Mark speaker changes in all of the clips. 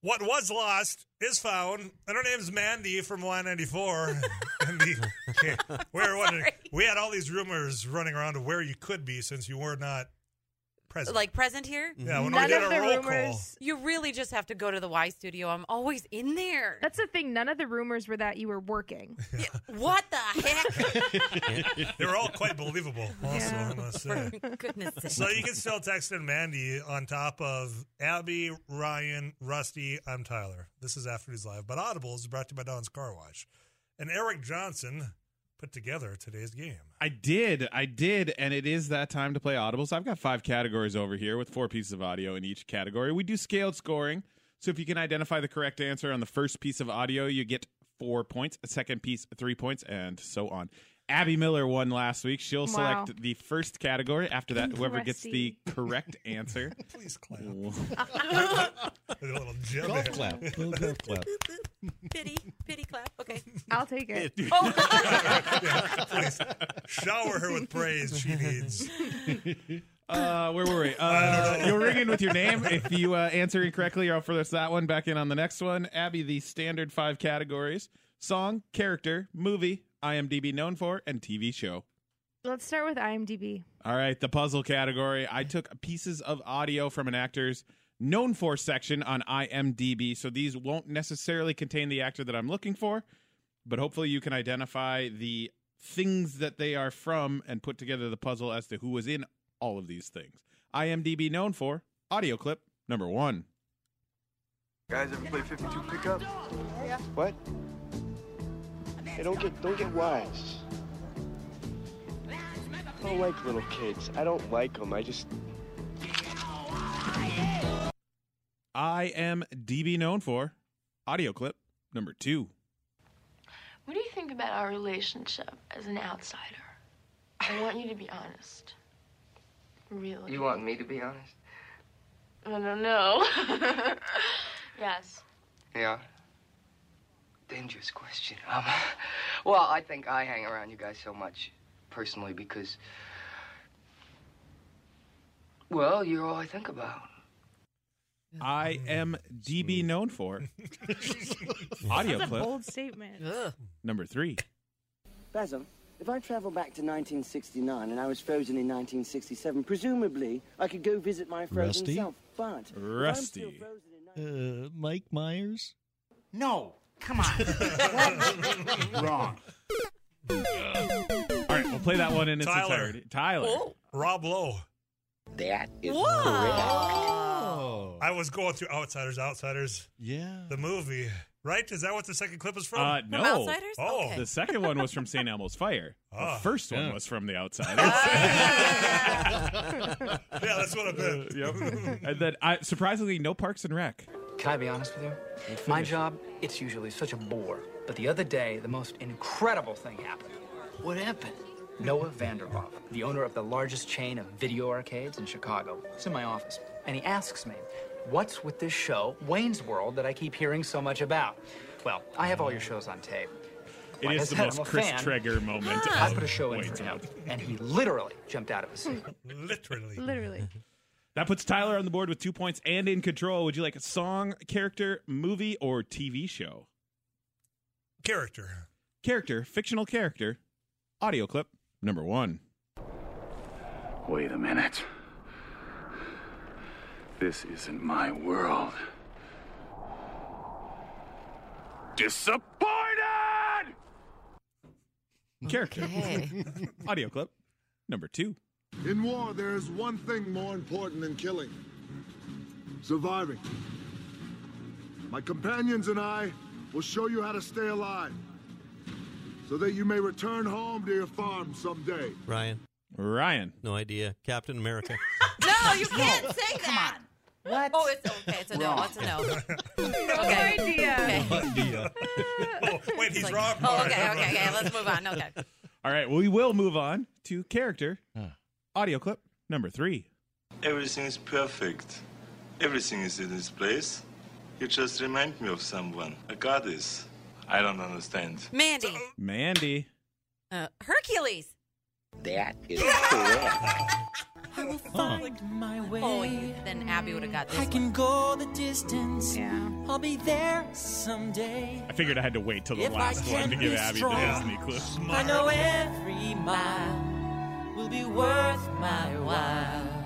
Speaker 1: What was lost is found. And her name's Mandy from Y94. and the, okay, we, were wondering,
Speaker 2: sorry.
Speaker 1: we had all these rumors running around of where you could be since you were not present.
Speaker 2: Like present here?
Speaker 1: yeah, when we
Speaker 3: None
Speaker 1: did
Speaker 3: of
Speaker 1: a
Speaker 3: the
Speaker 1: roll call.
Speaker 3: rumors.
Speaker 2: You really just have to go to the Y studio. I'm always in there.
Speaker 3: That's the thing. None of the rumors were that you were working.
Speaker 2: what the heck?
Speaker 1: They were all quite believable, also,
Speaker 3: Yeah.
Speaker 1: I must say.
Speaker 2: For goodness sake.
Speaker 1: So you can still text in Mandy on top of Abby, Ryan, Rusty. I'm Tyler. This is After These Live, but Audible is brought to you by Don's Car Wash. And Eric Johnson put together today's game.
Speaker 4: I did. I did. And it is that time to play Audible. So I've got five categories over here with four pieces of audio in each category. We do scaled scoring. So if you can identify the correct answer on the first piece of audio, you get four points, a second piece, three points, and so on. Abby Miller won last week. She'll
Speaker 3: Wow.
Speaker 4: select the first category. After that, whoever gets the correct answer.
Speaker 1: Please clap. With a little jib
Speaker 5: Golf
Speaker 1: there.
Speaker 5: clap. Little golf clap.
Speaker 2: pity, pity clap. Okay.
Speaker 3: I'll take it.
Speaker 1: Shower her with praise she needs.
Speaker 4: Uh, where were we? Uh, you'll ring in with your name. If you uh, answer incorrectly, I'll further that one back in on the next one. Abby, the standard five categories song, character, movie, IMDb known for, and TV show.
Speaker 3: Let's start with IMDb.
Speaker 4: All right, the puzzle category. I took pieces of audio from an actor's known for section on IMDb, so these won't necessarily contain the actor that I'm looking for, but hopefully you can identify the things that they are from and put together the puzzle as to who was in all of these things. IMDb known for audio clip number one.
Speaker 6: Guys ever play 52 pickup? What? Hey, don't get don't get wise. I don't like little kids. I don't like them. I just
Speaker 4: IMDb known for audio clip number two.
Speaker 7: What do you think about our relationship as an outsider? I want you to be honest. Really?
Speaker 8: You want me to be honest?
Speaker 7: No, no, no. yes.
Speaker 8: Yeah. Dangerous question. Um, well, I think I hang around you guys so much personally because, well, you're all I think about.
Speaker 3: Mm,
Speaker 4: IMDb known for audio
Speaker 3: That's a
Speaker 4: clip
Speaker 3: bold statement.
Speaker 4: number three.
Speaker 9: Basil, if I travel back to 1969 and I was frozen in 1967, presumably I could go visit my frozen
Speaker 5: Rusty?
Speaker 9: self. But if I'm still
Speaker 4: Rusty.
Speaker 9: frozen in
Speaker 5: Uh,
Speaker 9: 19-
Speaker 5: Mike Myers.
Speaker 10: No, come on. Wrong.
Speaker 4: All right, we'll play that one in its
Speaker 1: Tyler. Oh,
Speaker 4: entirety. Tyler.
Speaker 1: Rob Lowe.
Speaker 8: That is
Speaker 5: Oh,
Speaker 1: I was going through Outsiders, Outsiders,
Speaker 5: yeah.
Speaker 1: the movie. Right? Is that what the second clip is from?
Speaker 4: Uh,
Speaker 2: From
Speaker 4: no.
Speaker 2: Outsiders?
Speaker 1: Oh.
Speaker 2: Okay.
Speaker 4: The second one was from St. Elmo's Fire.
Speaker 1: Ah.
Speaker 4: the first one
Speaker 5: Yeah.
Speaker 4: was from The Outsiders.
Speaker 1: yeah, that's what I meant.
Speaker 4: yep. And then, I, surprisingly, no Parks and Rec.
Speaker 8: Can I be honest with you? My job, it's usually such a bore. But the other day, the most incredible thing happened. What happened? Noah Vanderhoff, the owner of the largest chain of video arcades in Chicago, is in my office, and he asks me, What's with this show, Wayne's World, that I keep hearing so much about? Well, I have all your shows on tape.
Speaker 4: It
Speaker 8: Like I
Speaker 4: is the
Speaker 8: said,
Speaker 4: most
Speaker 8: I'm a
Speaker 4: Chris
Speaker 8: fan.
Speaker 4: Traeger moment.
Speaker 8: I
Speaker 4: of
Speaker 8: put a show in
Speaker 4: Wayne's
Speaker 8: for him,
Speaker 4: World.
Speaker 8: and he literally jumped out of his seat.
Speaker 1: Literally.
Speaker 3: Literally.
Speaker 4: That puts Tyler on the board with two points and in control. Would you like a song, character, movie, or TV show?
Speaker 1: Character.
Speaker 4: Character, fictional character, audio clip number one.
Speaker 10: Wait a minute. This isn't my world. Disappointed!
Speaker 4: Character, audio clip number two.
Speaker 10: In war, there is one thing more important than killing surviving. My companions and I will show you how to stay alive so that you may return home to your farm someday.
Speaker 5: Ryan.
Speaker 4: Ryan.
Speaker 5: No idea. Captain America.
Speaker 2: No, you can't say that.
Speaker 10: What?
Speaker 2: Oh, it's okay. It's a no. It's a no. okay.
Speaker 3: idea.
Speaker 2: Okay.
Speaker 1: Oh, wait, he's
Speaker 2: Like-
Speaker 1: wrong.
Speaker 2: Oh, okay, okay, okay. Let's move on. Okay.
Speaker 4: All right, we will move on to character, audio clip number three.
Speaker 10: Everything is perfect. Everything is in its place. You just remind me of someone, a goddess. I don't understand.
Speaker 2: Mandy.
Speaker 4: Mandy.
Speaker 2: Uh, Hercules.
Speaker 8: That is
Speaker 11: I will find my way.
Speaker 2: Oh, you, then Abby would have got this.
Speaker 11: I can
Speaker 2: one.
Speaker 11: go the distance. Yeah. I'll be there someday.
Speaker 4: I figured I had to wait till the
Speaker 11: If I
Speaker 4: last
Speaker 11: can't
Speaker 4: one to give
Speaker 11: be
Speaker 4: Abby
Speaker 11: strong,
Speaker 4: the Disney clue.
Speaker 11: I know every mile will be worth my while.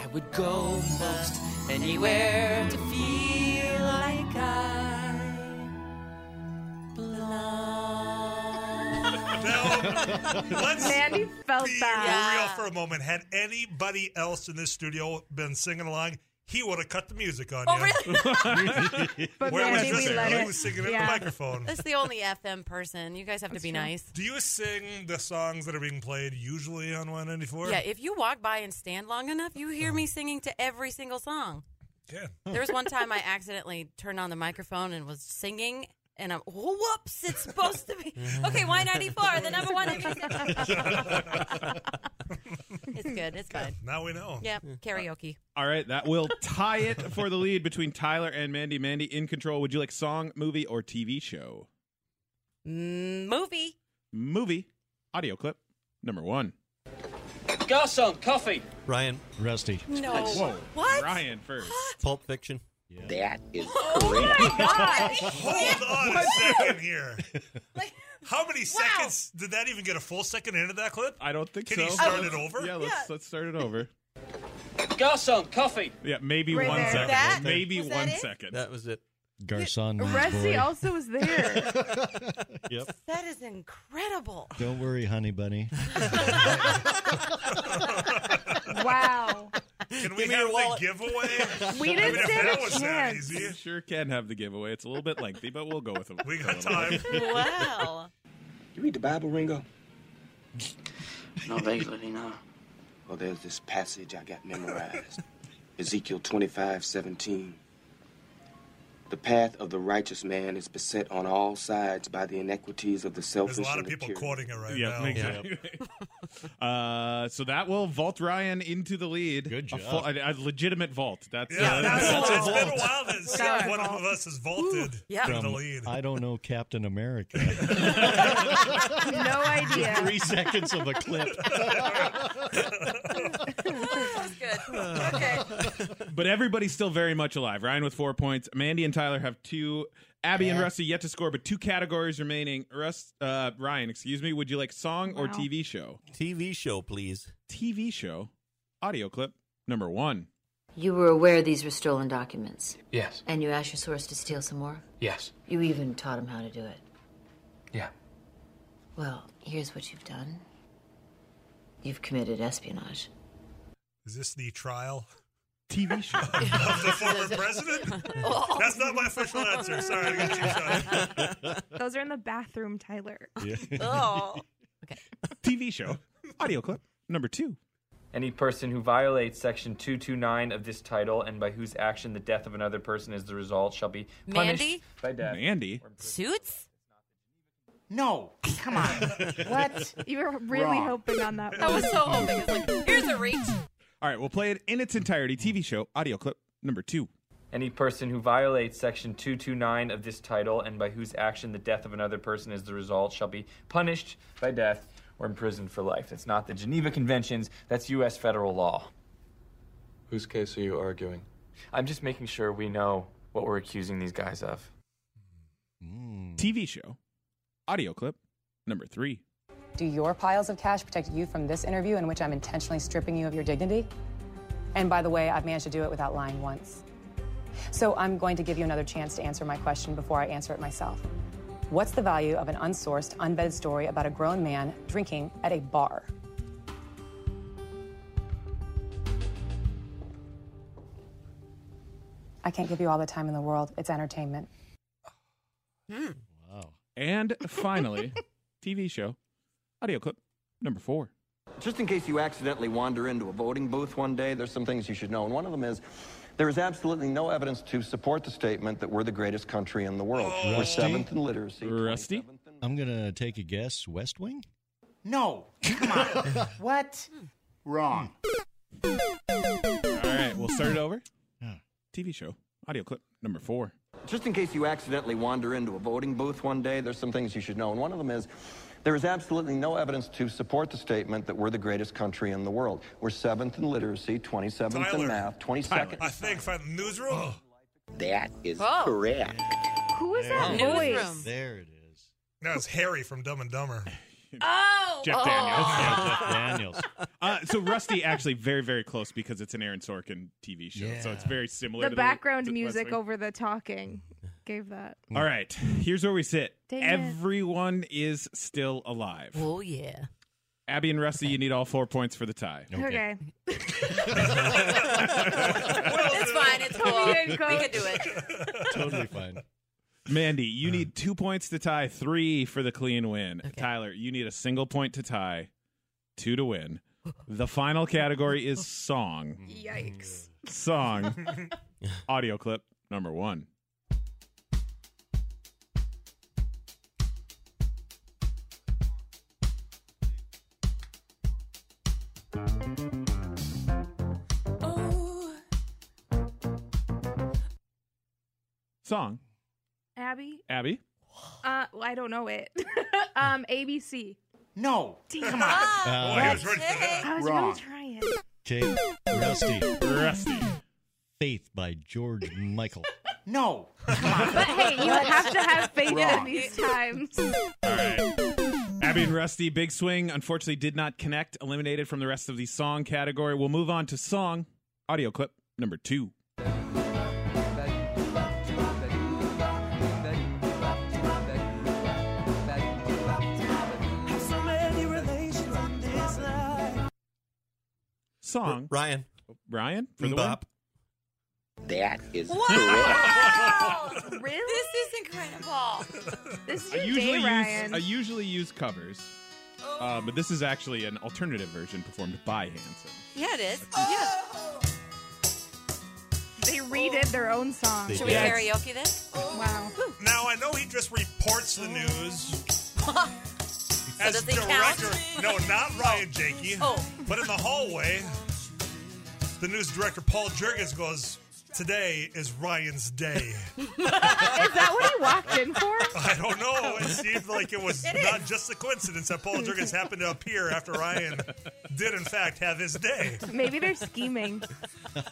Speaker 11: I would go most anywhere to feel like I belong.
Speaker 3: Mandy felt
Speaker 1: be
Speaker 3: that.
Speaker 1: real for a moment. Had anybody else in this studio been singing along, he would have cut the music
Speaker 2: Oh,
Speaker 1: on you.
Speaker 2: But
Speaker 1: Where was
Speaker 2: Mandy,
Speaker 1: this
Speaker 2: we let
Speaker 1: girl
Speaker 2: it.
Speaker 1: who's singing
Speaker 2: Yeah.
Speaker 1: in the microphone?
Speaker 2: That's the only FM person. You guys have to be nice.
Speaker 1: Do you sing the songs that are being played usually on 194?
Speaker 2: Yeah, if you walk by and stand long enough, you hear me singing to every single song.
Speaker 1: Yeah.
Speaker 2: There was one time I accidentally turned on the microphone and was singing, and I'm whoops! It's supposed to be okay. Y ninety four, the number one. it's good. It's good.
Speaker 1: Now we know.
Speaker 2: Yep. Karaoke.
Speaker 4: All right, that will tie it for the lead between Tyler and Mandy. Mandy in control. Would you like song, movie, or TV show?
Speaker 2: Movie.
Speaker 4: Movie. Audio clip number one.
Speaker 8: Garson, coffee.
Speaker 5: Ryan. Rusty.
Speaker 2: No.
Speaker 4: Whoa.
Speaker 2: What? Oh
Speaker 4: Ryan first.
Speaker 5: Pulp Fiction.
Speaker 11: That is
Speaker 1: Hold on a second here. How many seconds did that even get a full second into that clip?
Speaker 4: I don't think
Speaker 1: Can
Speaker 4: so.
Speaker 1: you start it over?
Speaker 4: Yeah, let's let's start it over.
Speaker 8: Garson, coffee.
Speaker 4: Yeah, maybe
Speaker 3: Right
Speaker 4: one
Speaker 3: there.
Speaker 4: second.
Speaker 3: That-
Speaker 4: maybe
Speaker 3: was
Speaker 4: one
Speaker 3: that
Speaker 4: second.
Speaker 3: it?
Speaker 5: That was it. Garcon. means
Speaker 3: Rusty
Speaker 5: boy.
Speaker 3: also was there.
Speaker 5: Yep.
Speaker 2: That is incredible.
Speaker 5: Don't worry, honey bunny.
Speaker 3: wow.
Speaker 1: Can we have the giveaway?
Speaker 3: We
Speaker 1: I
Speaker 3: didn't
Speaker 1: mean, if
Speaker 3: stand a
Speaker 1: that was that
Speaker 3: chance.
Speaker 1: easy.
Speaker 4: We sure can have the giveaway. It's a little bit lengthy, but we'll go with it.
Speaker 1: We got
Speaker 2: Wow.
Speaker 6: You read the Bible, Ringo?
Speaker 9: No, vaguely, no. Well, there's this passage I got memorized Ezekiel twenty-five seventeen. The path of the righteous man is beset on all sides by the iniquities of the selfish.
Speaker 1: There's a lot
Speaker 6: and
Speaker 1: of
Speaker 6: the
Speaker 1: people
Speaker 6: curious.
Speaker 1: quoting it right now.
Speaker 4: uh, so that will vault Ryan into the lead. Good
Speaker 5: job.
Speaker 4: A, full- a- a legitimate vault. That's
Speaker 1: Yeah,
Speaker 4: uh,
Speaker 1: that's-
Speaker 4: that's
Speaker 1: it's
Speaker 4: a
Speaker 1: been a
Speaker 4: vault.
Speaker 1: while that
Speaker 2: Sorry.
Speaker 1: one of us has vaulted
Speaker 2: yeah.
Speaker 1: in the
Speaker 5: From,
Speaker 1: lead.
Speaker 5: I don't know Captain America.
Speaker 3: No idea.
Speaker 5: Three seconds of a clip.
Speaker 2: that was good. Okay.
Speaker 4: But everybody's still very much alive. Ryan with four points. Mandy and Tyler have two. Abby and
Speaker 5: Yeah.
Speaker 4: Rusty yet to score, but two categories remaining. Rust, uh, Ryan, excuse me. Would you like song or
Speaker 3: Wow.
Speaker 4: TV show?
Speaker 5: TV show, please.
Speaker 4: TV show. Audio clip number one.
Speaker 12: You were aware these were stolen documents,
Speaker 8: Yes,
Speaker 12: and you asked your source to steal some more?
Speaker 8: yes,
Speaker 12: You even taught him how to do it.
Speaker 8: yeah.
Speaker 12: Well, here's what you've done you've committed espionage.
Speaker 1: Is this the trial
Speaker 4: TV show.
Speaker 1: of the former president? That's not my official answer. Sorry, I got you, Sean.
Speaker 3: Those are in the bathroom, Tyler.
Speaker 2: Oh.
Speaker 4: TV show. Audio clip number two.
Speaker 13: Any person who violates section 229 of this title and by whose action the death of another person is the result shall be punished
Speaker 2: Mandy?
Speaker 13: by death.
Speaker 4: Mandy.
Speaker 2: Suits?
Speaker 13: No.
Speaker 2: Come on.
Speaker 3: What? You were really
Speaker 4: Wrong.
Speaker 3: hoping on that.
Speaker 2: I
Speaker 3: one.
Speaker 2: was so hoping. It's like, here's a reach.
Speaker 4: All right, we'll play it in its entirety. TV show. Audio clip number two.
Speaker 13: Any person who violates section 229 of this title and by whose action the death of another person is the result shall be punished by death or imprisoned for life. That's not the Geneva Conventions, that's U.S. federal law.
Speaker 14: Whose case are you arguing?
Speaker 13: I'm just making sure we know what we're accusing these guys of.
Speaker 4: TV show. Audio clip number three.
Speaker 15: Do your piles of cash protect you from this interview in which I'm intentionally stripping you of your dignity? And by the way, I've managed to do it without lying once. So I'm going to give you another chance to answer my question before I answer it myself. What's the value of an unsourced, unvetted story about a grown man drinking at a bar? I can't give you all the time in the world. It's entertainment.
Speaker 4: Wow. And finally, TV show. Audio clip number four.
Speaker 14: Just in case you accidentally wander into a voting booth one day, there's some things you should know. And one of them is there is absolutely no evidence to support the statement that we're the greatest country in the world.
Speaker 11: Oh.
Speaker 14: We're
Speaker 5: Rusty?
Speaker 14: seventh in literacy.
Speaker 4: Rusty?
Speaker 5: I'm going to take a guess. West Wing?
Speaker 11: No. Come on. what?
Speaker 5: Wrong.
Speaker 4: All right, we'll start it over. TV show. Audio clip number four.
Speaker 14: Just in case you accidentally wander into a voting booth one day, there's some things you should know. And one of them is there is absolutely no evidence to support the statement that we're the greatest country in the world. We're seventh in literacy, 27th
Speaker 1: Tyler.
Speaker 14: in math, 22nd.
Speaker 1: I think from the newsroom.
Speaker 14: That is
Speaker 1: Oh.
Speaker 14: correct.
Speaker 3: Who
Speaker 1: is that
Speaker 3: Newsroom.
Speaker 1: voice?
Speaker 5: There it is.
Speaker 1: That was Harry from Dumb and Dumber.
Speaker 2: Oh,
Speaker 4: Jeff
Speaker 2: oh.
Speaker 4: Daniels.
Speaker 5: Daniels.
Speaker 4: Uh, so Rusty actually very very close because it's an Aaron Sorkin TV show, so it's very similar.
Speaker 3: The
Speaker 4: to
Speaker 3: background
Speaker 4: to
Speaker 3: music
Speaker 4: West Wing.
Speaker 3: over the talking gave that.
Speaker 4: All right, here's where we sit.
Speaker 3: Dang it.
Speaker 4: Everyone is still alive.
Speaker 2: Oh yeah.
Speaker 4: Abby and Rusty, you need all four points for the tie.
Speaker 3: Okay.
Speaker 2: it's fine. It's cool.
Speaker 3: Totally didn't
Speaker 2: We
Speaker 3: go.
Speaker 2: could do it.
Speaker 4: totally fine. Mandy, you need two points to tie, three for the clean win. Tyler, you need a single point to tie, two to win. The final category is song.
Speaker 3: Yikes.
Speaker 4: Song audio clip number one. Song.
Speaker 3: Abby?
Speaker 4: Abby?
Speaker 3: Uh, well, I don't know it. um, ABC.
Speaker 5: No.
Speaker 3: Damn.
Speaker 5: Uh, Boy, he was
Speaker 1: ready
Speaker 3: I was
Speaker 5: Wrong.
Speaker 3: really trying.
Speaker 5: Okay, Rusty.
Speaker 4: Rusty.
Speaker 5: Faith by George Michael.
Speaker 3: No. But hey, you have to have faith in
Speaker 5: Wrong.
Speaker 3: these times.
Speaker 4: All right. Abby and Rusty, Big Swing, unfortunately did not connect, eliminated from the rest of the song category. We'll move on to song audio clip number two.
Speaker 11: Have so many relations in this life.
Speaker 4: Song.
Speaker 16: Ryan.
Speaker 4: Ryan? For the
Speaker 16: Bop.
Speaker 14: That is
Speaker 2: Wow! really? This is incredible.
Speaker 3: This is
Speaker 4: I
Speaker 3: your
Speaker 4: usually
Speaker 3: day,
Speaker 4: use
Speaker 3: Ryan.
Speaker 4: I usually use covers, uh, but this is actually an alternative version performed by Hanson.
Speaker 2: Yeah, it is.
Speaker 3: They redid their own song.
Speaker 4: They Should we did.
Speaker 2: karaoke this?
Speaker 3: Wow.
Speaker 1: Now I know he just reports the news as
Speaker 2: does he count?
Speaker 1: director. No, not Ryan Jakey. But in the hallway, the news director Paul Jurgens goes, "Today is Ryan's day."
Speaker 3: Is that what he walked in for?
Speaker 1: I don't know. It seemed like it was not just a coincidence that Paul Jurgens happened to appear after Ryan did, in fact, have his day.
Speaker 3: Maybe they're scheming.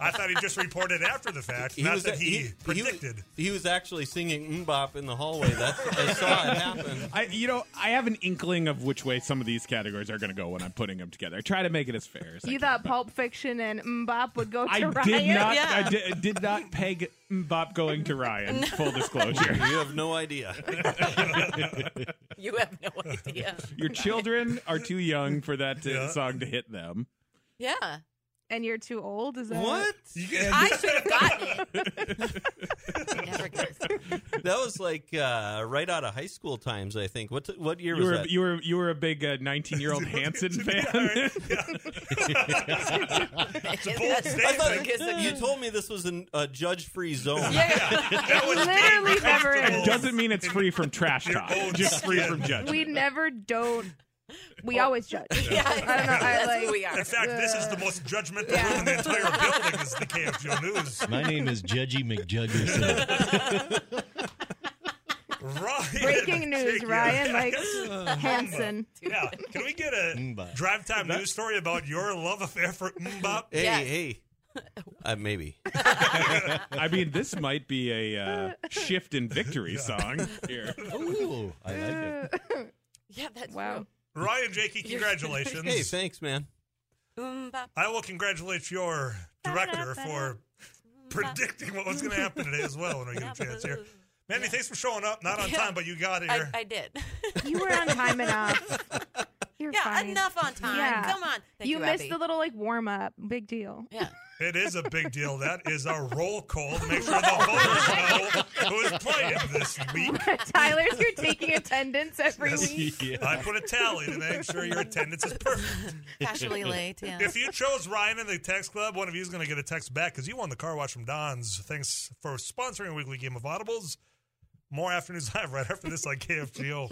Speaker 1: I thought he just reported after the fact, not that he, predicted.
Speaker 16: He, was actually singing "Mbop" in the hallway. That's I saw it happen.
Speaker 4: I, you know, I have an inkling of which way some of these categories are going to go when I'm putting them together. I try to make it as fair as I
Speaker 3: You thought Pulp Fiction and Mbop would go to
Speaker 4: I
Speaker 3: Ryan?
Speaker 4: did not. I did, did not peg Bop going to Ryan. Full disclosure.
Speaker 16: You have no idea.
Speaker 2: You have no idea.
Speaker 4: Your children are too young for that uh,
Speaker 2: Yeah.
Speaker 4: song to hit them.
Speaker 2: Yeah.
Speaker 3: And you're too old? Is that
Speaker 2: I should have gotten it.
Speaker 16: That was like uh, right out of high school times. I think. What what year
Speaker 4: You
Speaker 16: was
Speaker 4: were,
Speaker 16: that?
Speaker 4: you were you were a big uh, 19 year old Hanson fan.
Speaker 16: I thought you told me this was an- a judge-free zone.
Speaker 3: It literally never
Speaker 4: It
Speaker 3: is.
Speaker 4: doesn't mean it's free from trash talk.
Speaker 1: Oh,
Speaker 4: Just free from judgment.
Speaker 3: We never don't.
Speaker 4: Oh.
Speaker 3: We always judge.
Speaker 1: Yeah.
Speaker 3: I don't know. I like.
Speaker 1: In fact, this is the most judgmental room in the entire building. Is the KFJO News?
Speaker 5: My name is Judgy McJudgerson.
Speaker 1: Ryan.
Speaker 3: Breaking news,
Speaker 1: Jacob.
Speaker 3: Ryan likes
Speaker 1: Yes.
Speaker 3: Hanson.
Speaker 1: Yeah. Can we get a drive time news story about your love affair for Mbop?
Speaker 16: Hey, hey. Uh, maybe.
Speaker 4: I mean, this might be a uh, shift in victory song here.
Speaker 16: Ooh, I like it.
Speaker 2: Yeah, that's
Speaker 3: wow.
Speaker 1: Ryan Jakey, congratulations.
Speaker 16: Hey, thanks, man.
Speaker 1: I will congratulate your director for predicting what was going to happen today as well when we get a chance here. Mandy, thanks for showing up. Not on
Speaker 2: Yeah.
Speaker 1: time, but you got
Speaker 2: I,
Speaker 1: here.
Speaker 2: I did.
Speaker 3: You were on time enough. You're
Speaker 2: yeah,
Speaker 3: fine.
Speaker 2: enough on time.
Speaker 3: Yeah.
Speaker 2: Come on. Thank
Speaker 3: you,
Speaker 2: you
Speaker 3: missed
Speaker 2: Abby.
Speaker 3: the little like warm up. Big deal.
Speaker 2: Yeah.
Speaker 1: It is a big deal. That is our roll call. to Make sure the voters know who is playing this week.
Speaker 3: Tyler's, you're taking attendance every week.
Speaker 1: I put a tally to make sure your attendance is perfect.
Speaker 2: Fashionably late, yeah.
Speaker 1: If you chose Ryan in the text club, one of you is going to get a text back because you won the car watch from Don's. Thanks for sponsoring a weekly game of Audibles. More afternoons live right after this on KFGO.